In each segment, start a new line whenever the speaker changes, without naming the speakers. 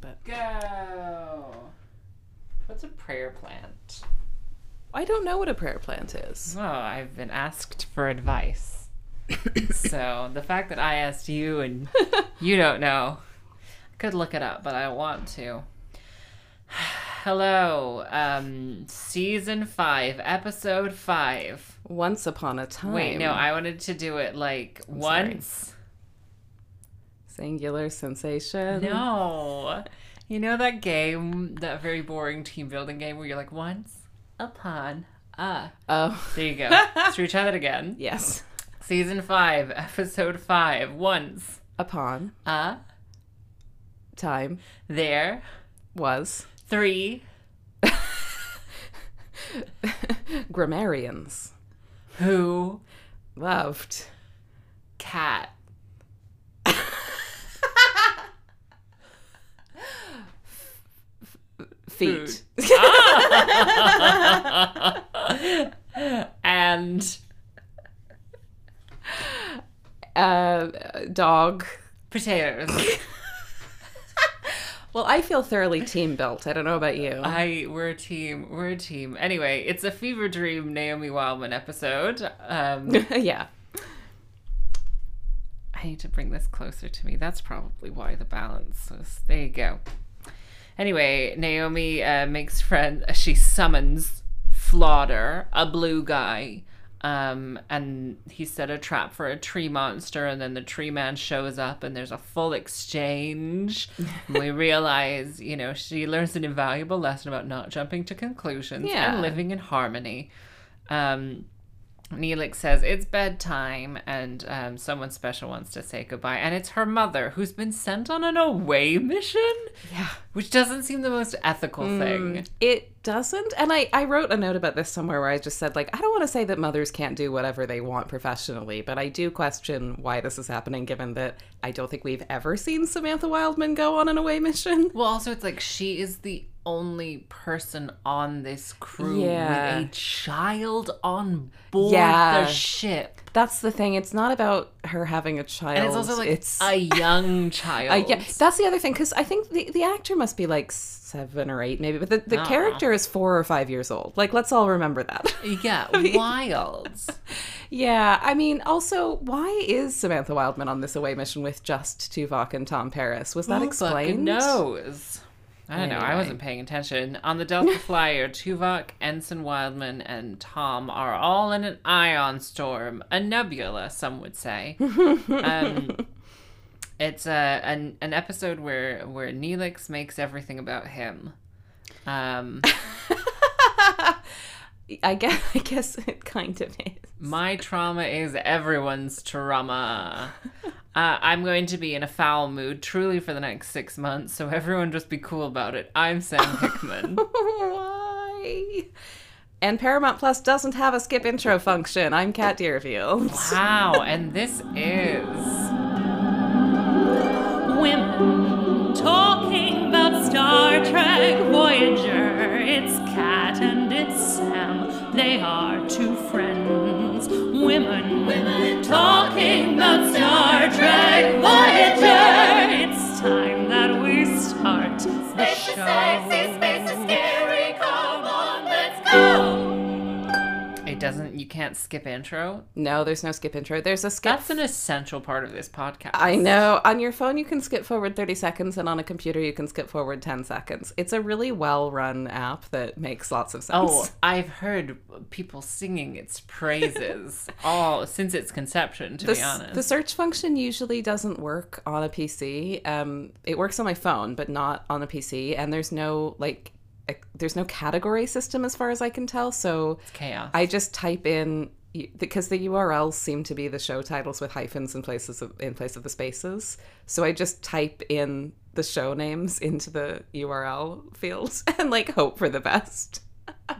but
Go. What's a prayer plant?
I don't know what a prayer plant is.
Oh, I've been asked for advice. so the fact that I asked you and you don't know, I could look it up, but I want to. Hello, um, season five, episode five.
Once upon a time.
Wait, no, I wanted to do it like
sorry.
once.
Singular sensation.
No, you know that game, that very boring team building game where you're like once upon a.
Oh,
There you go. Should we try that again?
yes.
Season 5, Episode 5. Once.
Upon
Uh,
time
there.
was
Three.
grammarians
Who.
loved
Cat.
feet.
and
uh, dog.
potatoes.
Well, I feel thoroughly team built. I don't know about you.
I. We're a team. We're a team. Anyway, it's a fever dream Naomi Wildman episode. Um,
yeah.
I need to bring this closer to me. That's probably why the balance was. There you go. Anyway, Naomi uh, makes friend. She summons Flodder, a blue guy, um, and he set a trap for a tree monster. And then the tree man shows up, and there's a full exchange. And we realize, you know, she learns an invaluable lesson about not jumping to conclusions
Yeah.
and living in harmony. Um, Neelix says it's bedtime and um, someone special wants to say goodbye. And it's her mother who's been sent on an away mission,
Yeah.
which doesn't seem the most ethical thing.
It doesn't. And I, I wrote a note about this somewhere where I just said, like, I don't want to say that mothers can't do whatever they want professionally, but I do question why this is happening, given that I don't think we've ever seen Samantha Wildman go on an away mission.
Well, also, it's like she is the only person on this crew
Yeah.
with a child on board
Yeah.
the ship.
That's the thing. It's not about her having a child.
And it's also like
it's
a young child.
Uh, yeah, that's the other thing because I think the, the actor must be like seven or eight, maybe, but the, the
Ah.
character is four or five years old. Like, let's all remember that.
Yeah, wild.
yeah, I mean, also, why is Samantha Wildman on this away mission with just Tuvok and Tom Paris? Was that
Who fucking
explained?
knows? I don't know. I
Anyway.
wasn't paying attention. On the Delta Flyer, Tuvok, Ensign Wildman, and Tom are all in an ion storm, a nebula, some would say. um, it's a an, an episode where where Neelix makes everything about him. Um,
I guess, I guess it kind of is.
my trauma is everyone's trauma. Uh, I'm going to be in a foul mood truly for the next six months, so everyone just be cool about it. I'm Sam Hickman.
why? And Paramount Plus doesn't have a skip intro function. I'm Kat Deerfield.
Wow, and this is. Women talking about Star Trek Voyager. It's Kat and it's Sam. They are two friends. Women, women talking about Star Trek Voyager. It's time that we start the
Space is sexy,
show.
space is scary. Come on, let's go.
It doesn't. You can't skip intro.
No, there's no skip intro. There's a skip
That's an essential part of this podcast.
I know. On your phone, you can skip forward 30 seconds, and on a computer, you can skip forward 10 seconds. It's a really well run app that makes lots of sense.
Oh, I've heard people singing its praises all since its conception. To
the,
be
s-
honest,
the search function usually doesn't work on a PC. Um, it works on my phone, but not on a PC. And there's no, like, a, there's no category system as far as I can tell. So
it's chaos.
I just type in because the URLs seem to be the show titles with hyphens in places of, in place of the spaces. So I just type in the show names into the URL field and like hope for the best.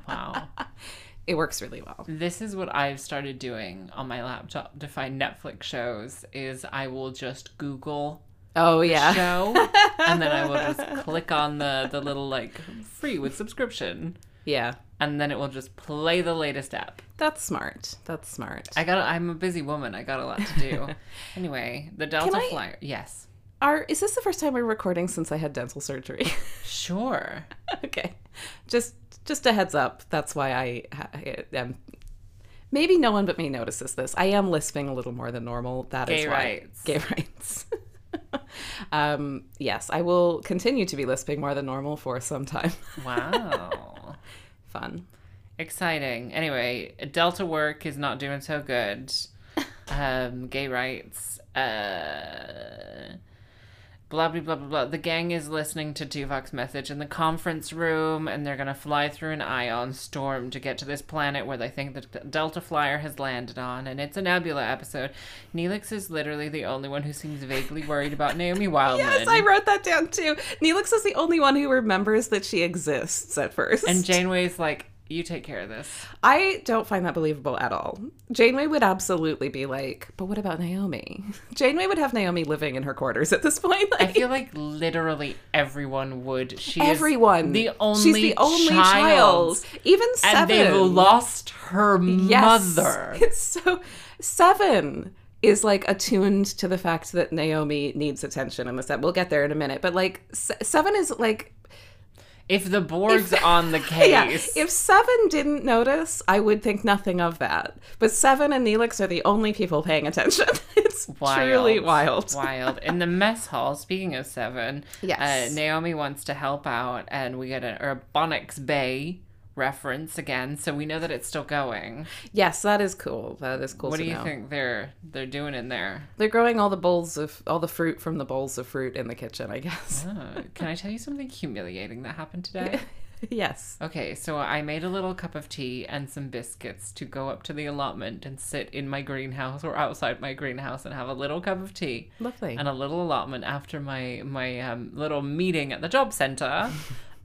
wow,
It works really well.
this is what I've started doing on my laptop to find Netflix shows. Is I will just Google
Oh yeah.
show, and then I will just click on the the little like free with subscription,
Yeah.
and then it will just play the latest app.
That's smart. That's smart.
I got. I'm a busy woman. I got a lot to do. anyway, the Delta
I-
Flyer. Yes.
Are is this the first time we're recording since I had dental surgery?
Sure.
okay, just just a heads up. That's why I, I am. Maybe no one but me notices this. I am lisping a little more than normal. That is
Gay
why.
rights.
Gay rights. um, yes, I will continue to be lisping more than normal for some time.
Wow.
Fun.
Exciting. Anyway, Delta work is not doing so good. Um, gay rights. Uh, blah, blah, blah, blah, blah. The gang is listening to Tuvok's message in the conference room, and they're going to fly through an ion storm to get to this planet where they think the Delta Flyer has landed on, and it's a Nebula episode. Neelix is literally the only one who seems vaguely worried about Naomi Wildman.
Yes, I wrote that down too. Neelix is the only one who remembers that she exists at first.
And Janeway's like, you take care of this.
I don't find that believable at all. Janeway would absolutely be like, but what about Naomi? Janeway would have Naomi living in her quarters at this point.
I
Like,
feel like literally everyone would. She
everyone.
is the only
She's the only
child,
child. Even Seven.
and they've lost her
Yes.
mother.
It's so Seven is like attuned to the fact that Naomi needs attention in this. We'll get there in a minute, but like Se- Seven is like
If the Borg's on the
Yeah,
case,
if Seven didn't notice, I would think nothing of that. But Seven and Neelix are the only people paying attention. It's truly wild.
wild. In the mess hall, speaking of seven,
Yes.
uh, Naomi wants to help out, and we get an Urbonics Bay reference again, so we know that it's still going.
Yes, that is cool. That is cool.
What
to
do you
know.
think they're they're doing in there?
They're growing all the bowls of all the fruit from the bowls of fruit in the kitchen. I guess.
Oh, can I tell you something humiliating that happened today?
yes.
Okay, so I made a little cup of tea and some biscuits to go up to the allotment and sit in my greenhouse or outside my greenhouse and have a little cup of tea
Lovely.
and a little allotment after my my um, little meeting at the job center.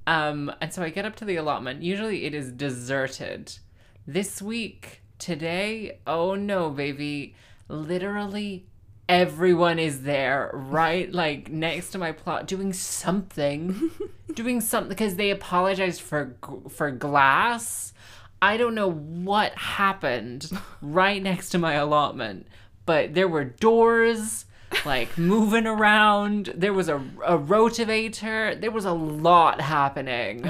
um, and so I get up to the allotment. Usually it is deserted. This week, today, oh no, baby, literally everyone is there, right? Like next to my plot, doing something, doing something because they apologized for g- for glass. I don't know what happened right next to my allotment, but there were doors like moving around. There was a, a rotivator. There was a lot happening.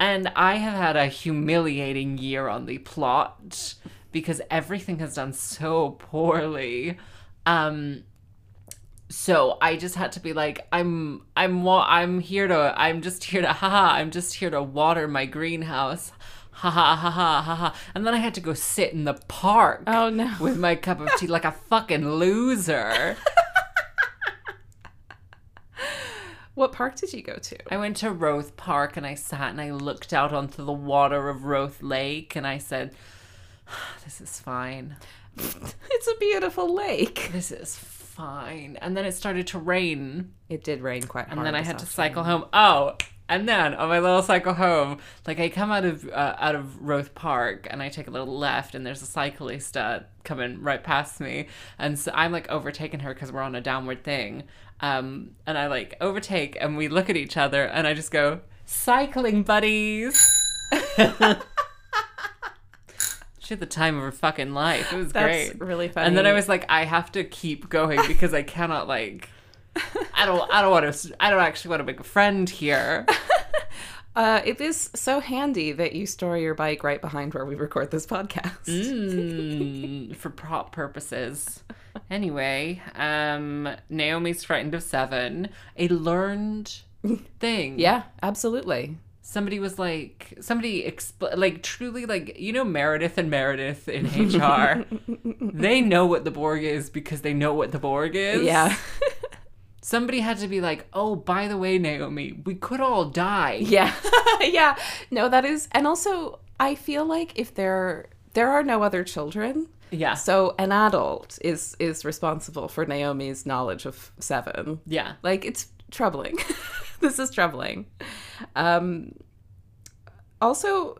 And I have had a humiliating year on the plot because everything has done so poorly. Um, so I just had to be like, I'm, I'm, wa- I'm here to, I'm just here to, haha, I'm just here to water my greenhouse, haha, haha, haha. And then I had to go sit in the park
oh no.
with my cup of tea like a fucking loser.
What park did you go to?
I went to Roth Park and I sat and I looked out onto the water of Roth Lake and I said, This is fine.
It's a beautiful lake.
This is fine. And then it started to rain.
It did rain quite hard.
and then I
this
had to
afternoon.
cycle home. Oh, and then on my little cycle home, like I come out of uh, out of Roth Park and I take a little left, and there's a cyclist uh, coming right past me, and so I'm like overtaking her because we're on a downward thing, um, and I like overtake, and we look at each other, and I just go cycling buddies. She had the time of her fucking life. It was
That's
great.
really funny.
And then I was like, I have to keep going because I cannot like, I don't, I don't want to, I don't actually want to make a friend here.
Uh, it is so handy that you store your bike right behind where we record this podcast. Hmm.
Mm, for prop purposes. Anyway, um, Naomi's frightened of seven. A learned thing.
Yeah, absolutely.
Somebody was like, somebody expl- like truly like you know Meredith and Meredith in HR. they know what the Borg is because they know what the Borg is.
Yeah.
somebody had to be like, oh, by the way, Naomi, we could all die.
Yeah. yeah. No, that is and also I feel like if there there are no other children,
Yeah.
so an adult is is responsible for Naomi's knowledge of 7.
yeah.
Like it's troubling. this is troubling. Um also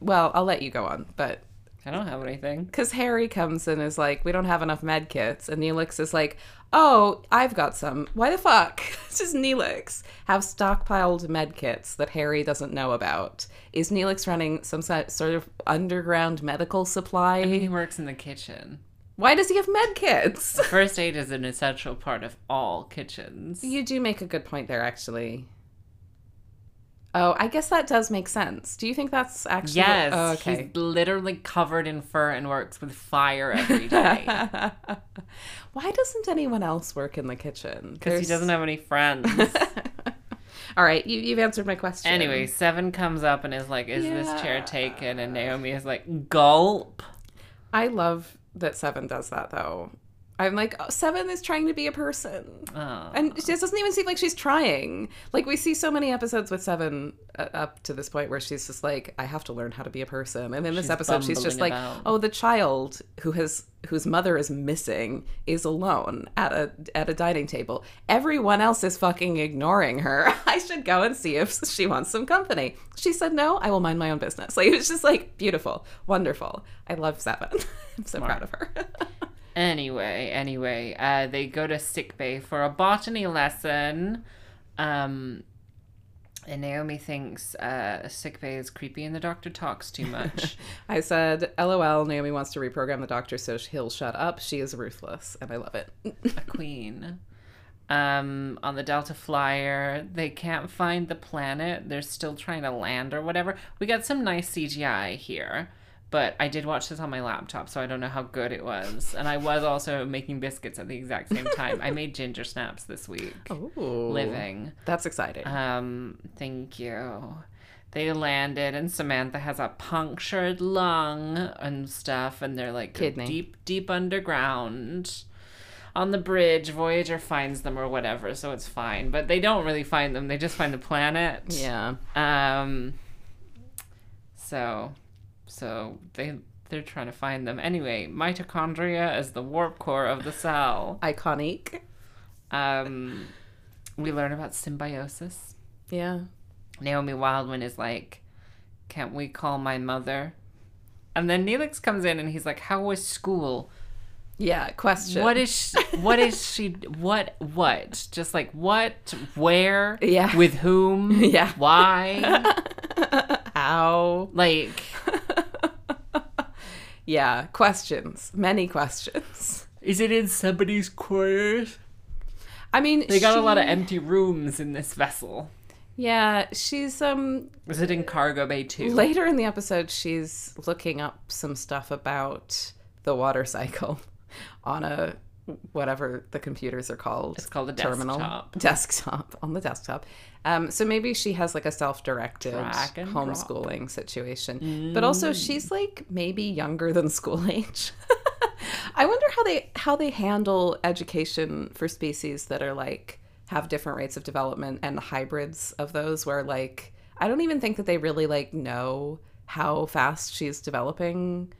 well, I'll let you go on, but
I don't have anything.
because Harry comes in and is like, we don't have enough med kits. And Neelix is like, oh, I've got some. Why the fuck? Does Neelix have stockpiled med kits that Harry doesn't know about? Is Neelix running some si- sort of underground medical supply?
He works in the kitchen.
Why does he have med kits?
First aid is an essential part of all kitchens.
You do make a good point there, actually. Oh, I guess that does make sense. Do you think that's actually?
Yes,
Oh,
she's literally covered in fur and works with fire every day
Why doesn't anyone else work in the kitchen?
because he
There's-
doesn't have any friends.
All right, you, you've answered my question.
anyway, Seven comes up and is like, "Is this chair
Yeah.
taken?" And Naomi is like, "Gulp."
I love that Seven does that though. I'm like, oh, Seven is trying to be a person.
Oh.
And it just doesn't even seem like she's trying. Like we see so many episodes with Seven uh, up to this point where she's just like, I have to learn how to be a person. And in this
She's
episode, she's just
bumbling
like,
about.
oh, the child who has whose mother is missing is alone at a at a dining table. Everyone else is fucking ignoring her. I should go and see if she wants some company. She said no. I will mind my own business. Like it's just like beautiful, wonderful. I love Seven. I'm so proud of her.
Anyway, anyway, uh, they go to sick bay for a botany lesson. Um, and Naomi thinks uh, sick bay is creepy and the doctor talks too much.
I said, LOL, Naomi wants to reprogram the doctor so he'll shut up. She is ruthless, and I love it.
a queen. Um, on the Delta Flyer, they can't find the planet. They're still trying to land or whatever. We got some nice CGI here, but I did watch this on my laptop, so I don't know how good it was. And I was also making biscuits at the exact same time. I made ginger snaps this week.
Oh. Ooh.
Living.
That's exciting.
Um, thank you. They landed, and Samantha has a punctured lung and stuff, and they're like
Kidney.
deep, deep underground. On the bridge, Voyager finds them or whatever, so it's fine. But they don't really find them; they just find the planet.
yeah.
Um. So, so they they're trying to find them anyway. Mitochondria is the warp core of the cell.
Iconic.
Um, we learn about symbiosis.
Yeah.
Naomi Wildman is like, Can't we call my mother? And then Neelix comes in and he's like, How was school?
Yeah. Question.
What is she, what is she what what? Just like what? Where?
Yeah.
With whom?
Yeah.
Why?
How?
like
Yeah. Questions. Many questions.
is it in somebody's quarters?
I mean,
They got a
she-
lot of empty rooms in this vessel.
Yeah, she's um
Is it in cargo bay too?
later in the episode she's looking up some stuff about the water cycle on a whatever the computers are called
It's called a desktop.
desktop on the desktop um, so maybe she has like a self-directed
Drag and drop. Mm.
homeschooling situation but also she's like maybe younger than school age i wonder how they how they handle education for species that are like have different rates of development and the hybrids of those where like i don't even think that they really like know how fast she's developing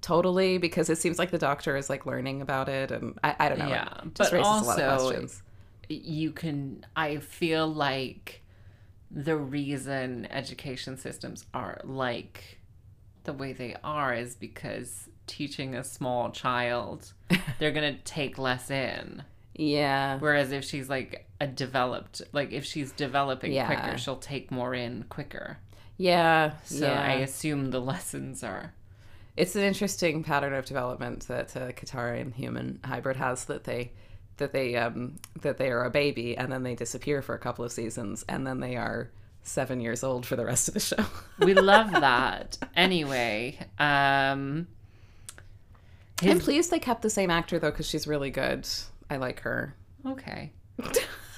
totally because it seems like the doctor is like learning about it and i, I don't know it
Yeah,
just
but
raises a lot of
also-
questions
you can i feel like the reason education systems are like the way they are is because teaching a small child they're going to take less in
Yeah.
whereas if she's like a developed like if she's developing
Yeah.
quicker she'll take more in quicker
Yeah.
so
yeah.
i assume the lessons are
it's an interesting pattern of development that uh, Qatarian human hybrid has that they that they um that they are a baby and then they disappear for a couple of seasons and then they are 7 years old for the rest of the show.
we love that anyway um
I'm
his,
pleased they kept the same actor though cuz she's really good. I like her.
okay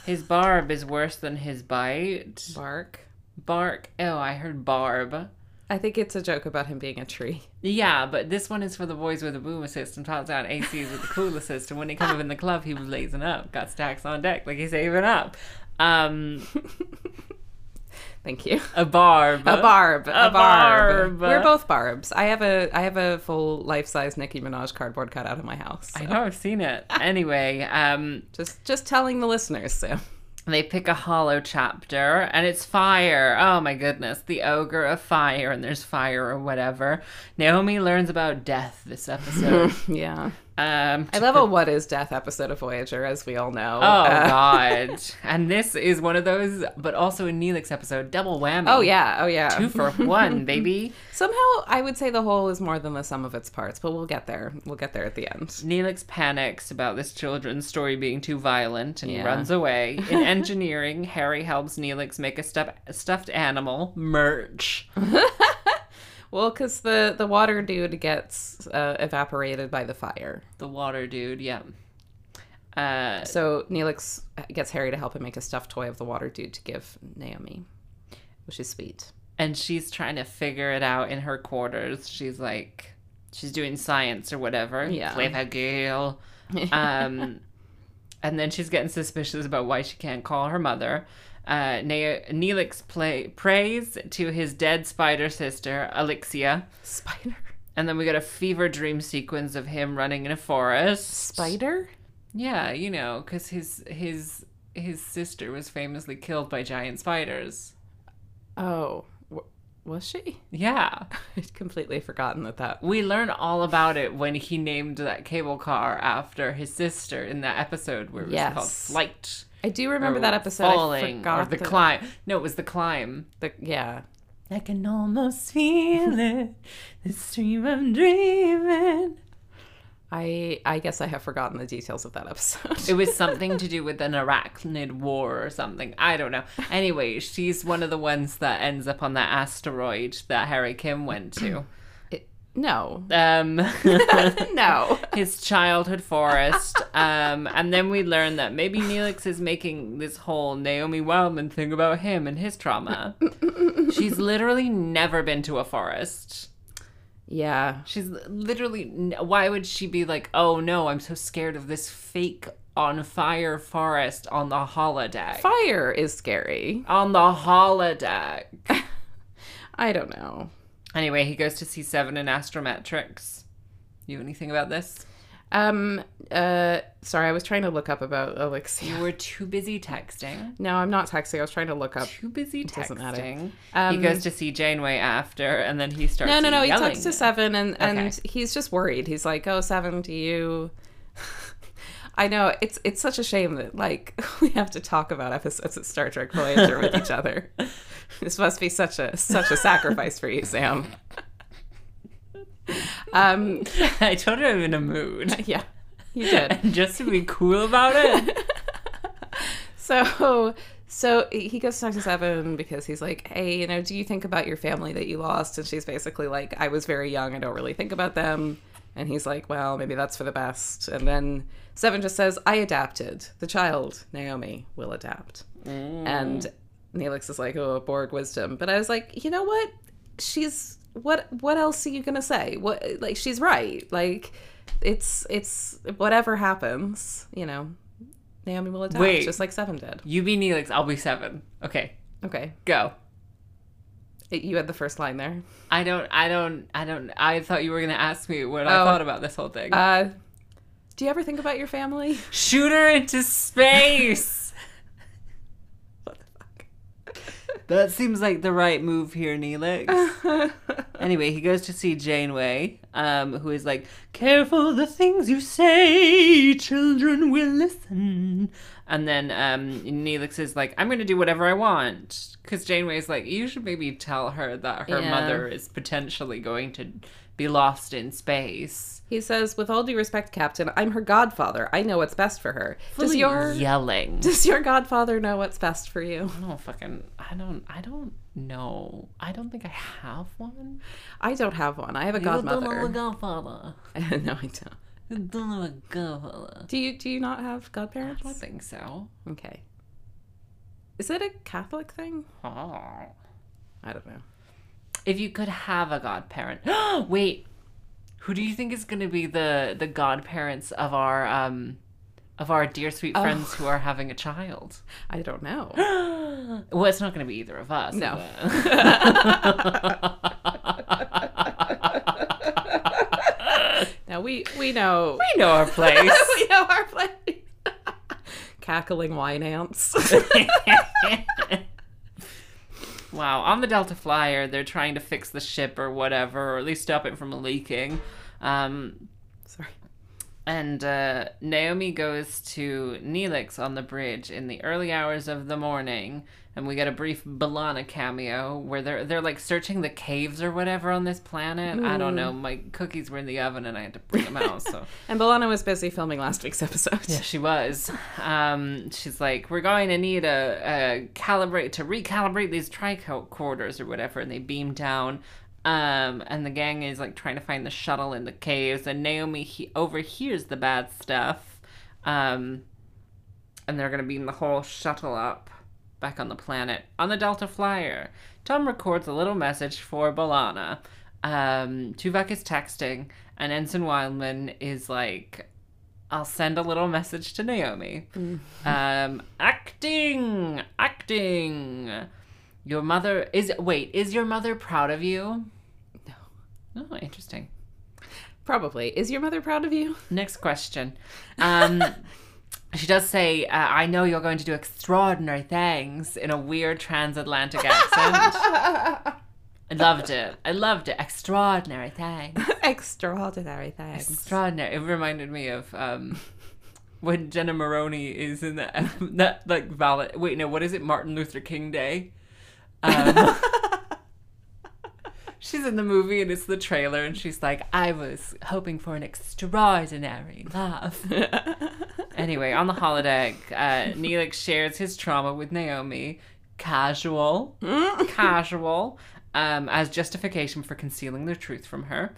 his barb is worse than his bite
Bark.
Bark. Oh, I heard barb.
I think it's a joke about him being a tree.
Yeah, but this one is for the boys with the boom assist and tops out ACs with the cool assist. And when he come up in the club, he was lazing up, got stacks on deck like he's saving up. Um,
Thank you.
a barb.
A barb, a,
A
barb.
barb.
We're both barbs. I have a I have a full life-size Nicki Minaj cardboard cutout in my house.
I know I've seen it. Anyway, um,
Just just telling the listeners, Sam.
they pick a hollow chapter and it's fire. Oh my goodness, the ogre of fire, and there's fire or whatever. Naomi learns about death this episode.
yeah.
Um,
I love a what is death episode of Voyager, as we all know.
oh
Uh,
God! And this is one of those, but also a Neelix episode, double whammy.
Oh yeah, oh yeah.
two for one, baby.
Somehow, I would say the whole is more than the sum of its parts, but we'll get there. We'll get there at the end.
Neelix panics about this children's story being too violent and
Yeah.
runs away. In engineering, Harry helps Neelix make a stuff, stuffed animal merch.
Well, because the the water dude gets uh, evaporated by the fire,
The water dude, yeah. Uh,
so Neelix gets Harry to help him make a stuffed toy of the water dude to give Naomi, which is sweet.
and she's trying to figure it out in her quarters. She's like, she's doing science or whatever.
Yeah.
Flavagale. Um, and then she's getting suspicious about why she can't call her mother. Uh, ne- Neelix play- prays to his dead spider sister, Alexia.
Spider,
And then we got a fever dream sequence of him running in a forest.
spider.
Yeah, you know, because his his his sister was famously killed by giant spiders.
Oh, w- was she?
Yeah,
I'd completely forgotten that that.
we learn all about it when he named that cable car after his sister in that episode where it was
Yes.
called Flight.
I do remember
or
that episode. I
Falling
forgot
or the
that-
climb. No, it was the climb.
the- yeah,
I can almost feel it. The stream I'm dreaming.
I I guess I have forgotten the details of that episode.
It was something to do with an arachnid war or something. I don't know. Anyway, she's one of the ones that ends up on that asteroid that Harry Kim went to.
It- no,
Um,
no.
his childhood forest. Um, and then we learn that maybe Neelix is making this whole Naomi Wildman thing about him and his trauma. She's literally never been to a forest.
Yeah,
She's literally. Why would she be like, oh no, I'm so scared of this fake on fire forest on the holodeck?
fire is scary.
on the holodeck.
I don't know.
anyway, he goes to see Seven in Astrometrics. You know anything about this?
Um. Uh. Sorry, I was trying to look up about Elixir.
You were too busy texting.
No, I'm not texting. I was trying to look up.
Too busy
Doesn't matter.
texting.
Um,
he goes to see Janeway after, and then he starts.
No, no, no. He
yelling.
talks to Seven, and and he's just worried. He's like, "Oh, Seven, do you?" I know it's it's such a shame that like we have to talk about episodes of Star Trek Voyager with each other. This must be such a such a sacrifice for you, Sam. um.
I told her I'm in a mood.
Yeah, you did.
And just to be cool about it,
So so he goes to talk to Seven because he's like, Hey, you know, do you think about your family that you lost? And she's basically like, I was very young, I don't really think about them. And he's like, Well, maybe that's for the best. And then Seven just says, I adapted. The child, Naomi, will adapt. And Neelix is like, Oh, Borg wisdom. But I was like, you know what? She's what what else are you gonna say? What like she's right. Like it's it's whatever happens, you know. Naomi will adapt,
Wait.
just like Seven did.
you be Neelix, I'll be Seven. Okay,
Okay,
go.
It- you had the first line there.
I don't, I don't, I don't. I thought you were gonna ask me what I
Oh.
thought about this whole thing.
Uh, do you ever think about your family?
Shoot her into space.
What the fuck?
That seems like the right move here, Neelix. anyway, he goes to see Janeway, um, who is like, Careful the things you say, children will listen. And then um, Neelix is like, I'm going to do whatever I want. Because Janeway's like, You should maybe tell her that her
Yeah.
mother is potentially going to be lost in space.
He says, "With all due respect, Captain, I'm her godfather. I know what's best for her. Does
Fully
your
yelling?
does your godfather know what's best for you?
I don't fucking. I don't. I don't know. I don't think I have one.
I don't have one. I have a godmother.
godfather.
no, I don't.
You don't know a godfather.
Do you do you not have
I don't
godparents?
think so.
Okay. Is it a Catholic thing?
Oh.
I don't know.
If you could have a godparent. Wait. Who do you think is going to be the the godparents of our um of our dear sweet friends who are having a child?
I don't know.
well, it's not going to be either of us. is
No.
it?
Now we we know
we know our place.
we know our place. Cackling wine ants.
wow. On the Delta Flyer, they're trying to fix the ship or whatever, or at least stop it from leaking. Um,
Sorry.
And uh, Naomi goes to Neelix on the bridge in the early hours of the morning, and we get a brief Balana cameo where they're they're like searching the caves or whatever on this planet. I don't know. My cookies were in the oven, and I had to bring them out. So
And Bolano was busy filming last week's episode.
yeah, she was. Um, she's like, we're going to need a, a calibrate to recalibrate these tricorders or whatever, and they beam down. Um, and the gang is like trying to find the shuttle in the caves, and Naomi he- overhears the bad stuff. Um, and they're gonna beam the whole shuttle up back on the planet on the Delta Flyer. Tom records a little message for Balana. Um, Tuvok is texting, and Ensign Wildman is like, I'll send a little message to Naomi. Um, acting, acting. Your mother is wait, is your mother proud of you? No. Oh, interesting.
Probably. Is your mother proud of you?
Next question. Um, she does say, uh, "I know you're going to do extraordinary things" in a weird transatlantic accent. I loved it. I loved it. Extraordinary things.
Extraordinary thanks.
Extraordinary. It reminded me of um, when Jenna Maroney is in that that like valid. Wait, no, what is it? Martin Luther King Day. Um, she's in the movie and it's the trailer, and she's like, "I was hoping for an extraordinary love." anyway, on the holodeck, uh, Neelix shares his trauma with Naomi. Casual, casual, um, as justification for concealing the truth from her.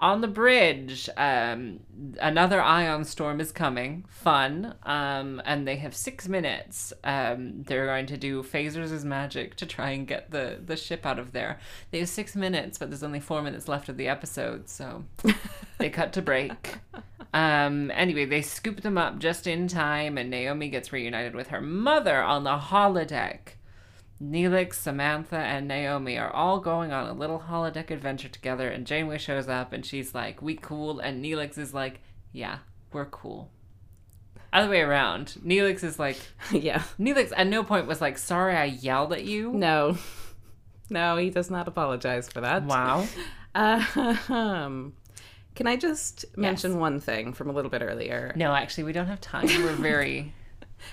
On the bridge, um, another ion storm is coming. Fun. Um, and they have six minutes. Um, they're going to do phasers as magic to try and get the, the ship out of there. They have six minutes, but there's only four minutes left of the episode, so they cut to break. Um, anyway, they scoop them up just in time, and Naomi gets reunited with her mother on the holodeck. Neelix, Samantha, and Naomi are all going on a little holodeck adventure together, and Janeway shows up and she's like, We cool. And Neelix is like, Yeah, we're cool. Other way around. Neelix is like,
yeah.
Neelix at no point was like, Sorry, I yelled at you.
No. No, he does not apologize for that.
Wow.
Uh, um, can I just mention one thing from a little bit earlier?
No, actually, we don't have time. We're very.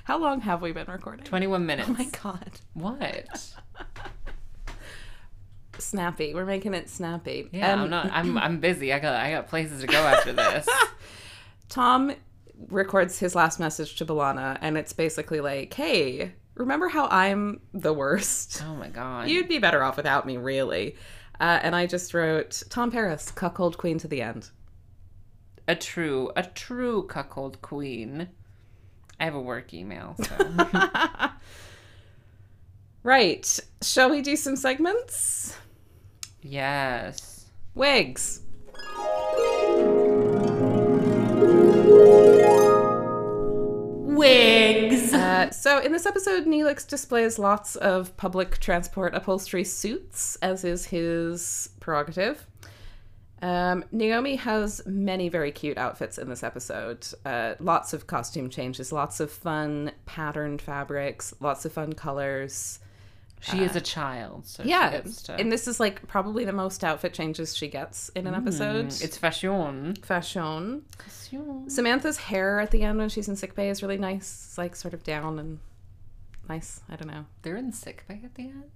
How long have we been recording?
21 minutes.
Oh my god.
What?
Snappy. We're making it snappy.
Yeah,
Um,
I'm not. I'm I'm busy. I got I got places to go after this.
Tom records his last message to Balana, and it's basically like, hey, remember how I'm the worst?
oh my god.
You'd be better off without me, really. Uh, and I just wrote, Tom Paris, cuckold queen to the end.
a true a true cuckold queen. I have a work email. So.
Right. Shall we do some segments?
yes.
Wigs.
Wigs.
Uh, so in this episode, Neelix displays lots of public transport upholstery suits, as is his prerogative. Um, Naomi has many very cute outfits in this episode. Uh, lots of costume changes, lots of fun patterned fabrics, lots of fun colors.
She is a child, so she
Yeah,
gets to.
and this is like probably the most outfit changes she gets in an episode.
Mm, it's fashion.
fashion.
Fashion.
Samantha's hair at the end when she's in sickbay is really nice. It's like sort of down and nice. I don't know.
They're in sick bay at the end.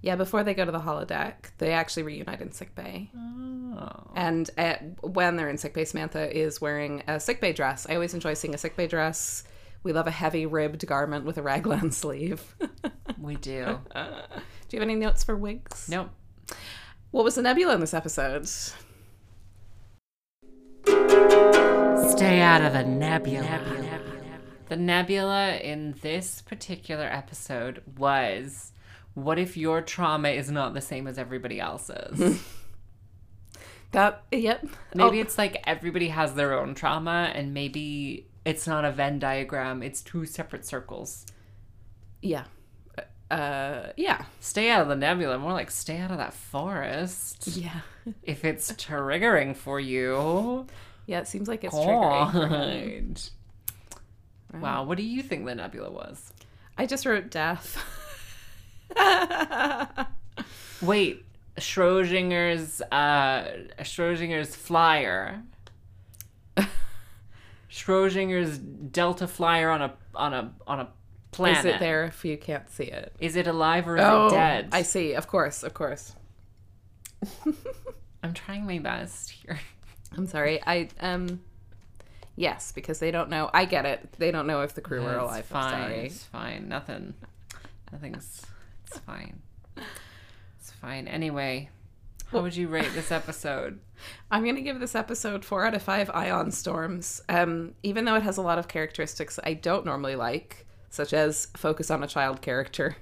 Yeah, before they go to the holodeck, they actually reunite in sickbay.
Oh.
And at, when they're in sickbay, Samantha is wearing a sickbay dress. I always enjoy seeing a sickbay dress. We love a heavy ribbed garment with a raglan sleeve. Do
We do.
you have any notes for wigs?
nope.
What was the nebula in this episode?
Stay out of the nebula. The nebula in this particular episode was what if your trauma is not the same as everybody else's?
That, yep.
maybe it's like everybody has their own trauma, and maybe it's not a Venn diagram, it's two separate circles.
Oh, Yeah. Uh, yeah.
Stay out of the nebula, more like stay out of that forest.
Yeah.
If it's triggering for you,
Yeah, it seems like it's triggering.
God. Wow, what do you think the nebula was?
I just wrote death.
Wait, Schrodinger's uh Schrodinger's flyer. Schrodinger's Delta Flyer on a on a on a planet.
Is it there if you can't see it?
Is it alive or is it dead?
Oh, I see. Of course, of course.
I'm trying my best here.
I'm sorry. I um, yes, because they don't know. I get it. They don't know if the crew are
It's
alive.
Fine.
I'm sorry.
It's fine. Nothing. Nothing's. It's fine. It's fine. Anyway, how would you rate this episode?
I'm gonna give this episode four out of five ion storms. Um, even though it has a lot of characteristics I don't normally like, such as focus on a child character.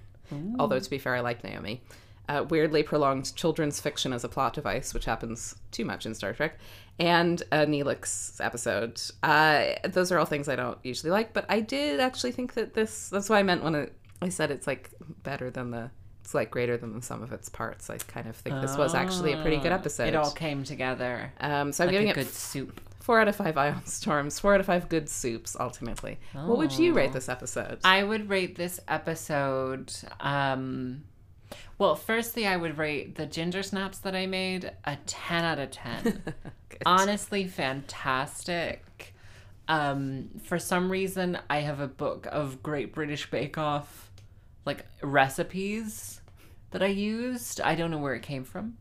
Although to be fair, I like Naomi. Uh, weirdly prolonged children's fiction as a plot device, which happens too much in Star Trek, and a Neelix episode. Uh, those are all things I don't usually like, but I did actually think that this. That's why I meant when it, I said it's like better than the. It's like greater than the sum of its parts. I kind of think this was actually a pretty good episode.
Ah. It all came together.
Um, so I'm
Like
giving
a
it
good soup.
four out of five ion storms, four out of five good soups. Ultimately, what would you rate this episode?
Oh. I would rate this episode. Um, well, firstly, I would rate the ginger snaps that I made a 10 out of 10.
Good.
Honestly, fantastic. Um, for some reason, I have a book of Great British Bake Off like recipes that I used. I don't know where it came from,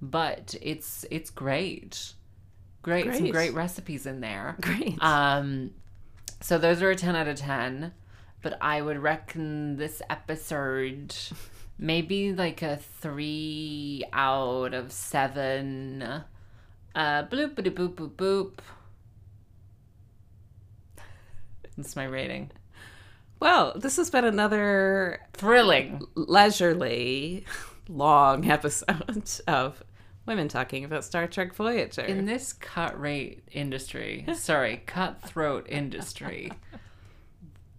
but it's it's great. Great, some
Great.
great recipes in there.
Great.
Um, so those are a 10 out of 10, but I would reckon this episode maybe like a 3 out of 7. Uh, bloop, boop, boop, boop, boop. That's my rating.
well, this has been another
Thrilling.
leisurely, long episode of women talking about Star Trek Voyager.
In this cut rate industry, sorry, cutthroat industry,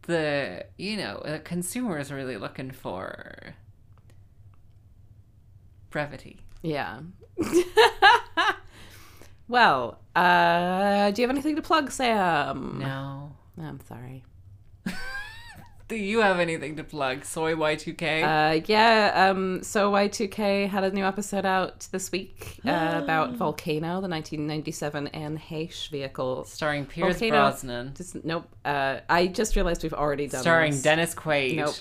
the, you know, the consumer is really looking for brevity.
yeah. well, uh, do you have anything to plug, Sam? Oh,
No.
I'm sorry.
Do you have anything to plug? Soy Y2K?
Uh, yeah, um, so Y2K had a new episode out this week uh, about Volcano, the 1997 Anne Heche vehicle.
starring Pierce
Volcano.
Brosnan.
Just, nope. Uh, I just realized we've already done
Starring
this.
Dennis Quaid.
Nope.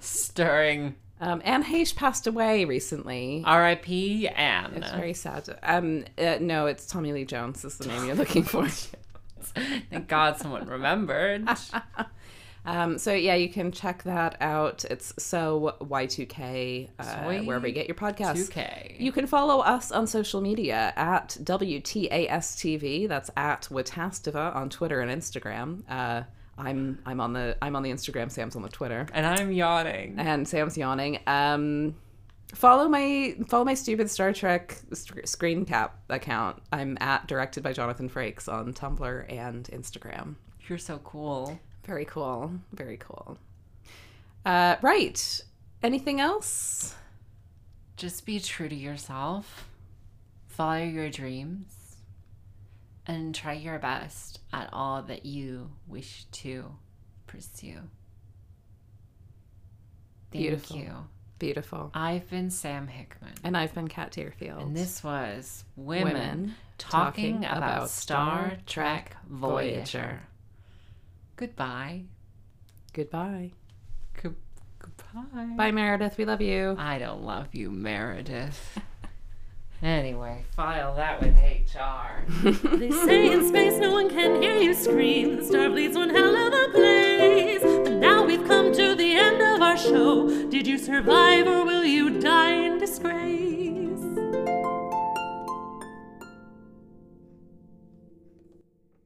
Starring
Um, Anne Heche passed away recently.
R.I.P.
It's
Anne.
very sad. Um, uh, no, it's Tommy Lee Jones is the name you're looking for.
Thank God someone remembered.
Um, so yeah, you can check that out. It's so Y2K uh,
Soy
wherever you get your podcasts.
2K.
You can follow us on social media at WTASTV. That's at Watastiva on Twitter and Instagram. Uh, I'm I'm on the I'm on the Instagram. Sam's on the Twitter,
And I'm yawning.
and Sam's yawning. Um, follow my follow my stupid Star Trek sc- screen cap account. I'm at directed by Jonathan Frakes on Tumblr and Instagram.
You're so cool.
Very cool. Very cool. Uh, right. Anything else?
Just be true to yourself. Follow your dreams. And try your best at all that you wish to pursue. Thank
Beautiful.
you.
Beautiful.
I've been Sam Hickman.
And I've been Kat Deerfield.
And this was Women,
Women
talking,
Talking
about,
About
Star
Star
Trek Voyager.
Voyager.
Goodbye.
Goodbye.
Good- goodbye.
Bye, Meredith. We love you.
I don't love you, Meredith. anyway, file that with HR.
They say in space no one can hear you scream. Starfleet's one hell of a place. But now we've come to the end of our show. Did you survive or will you die in disgrace?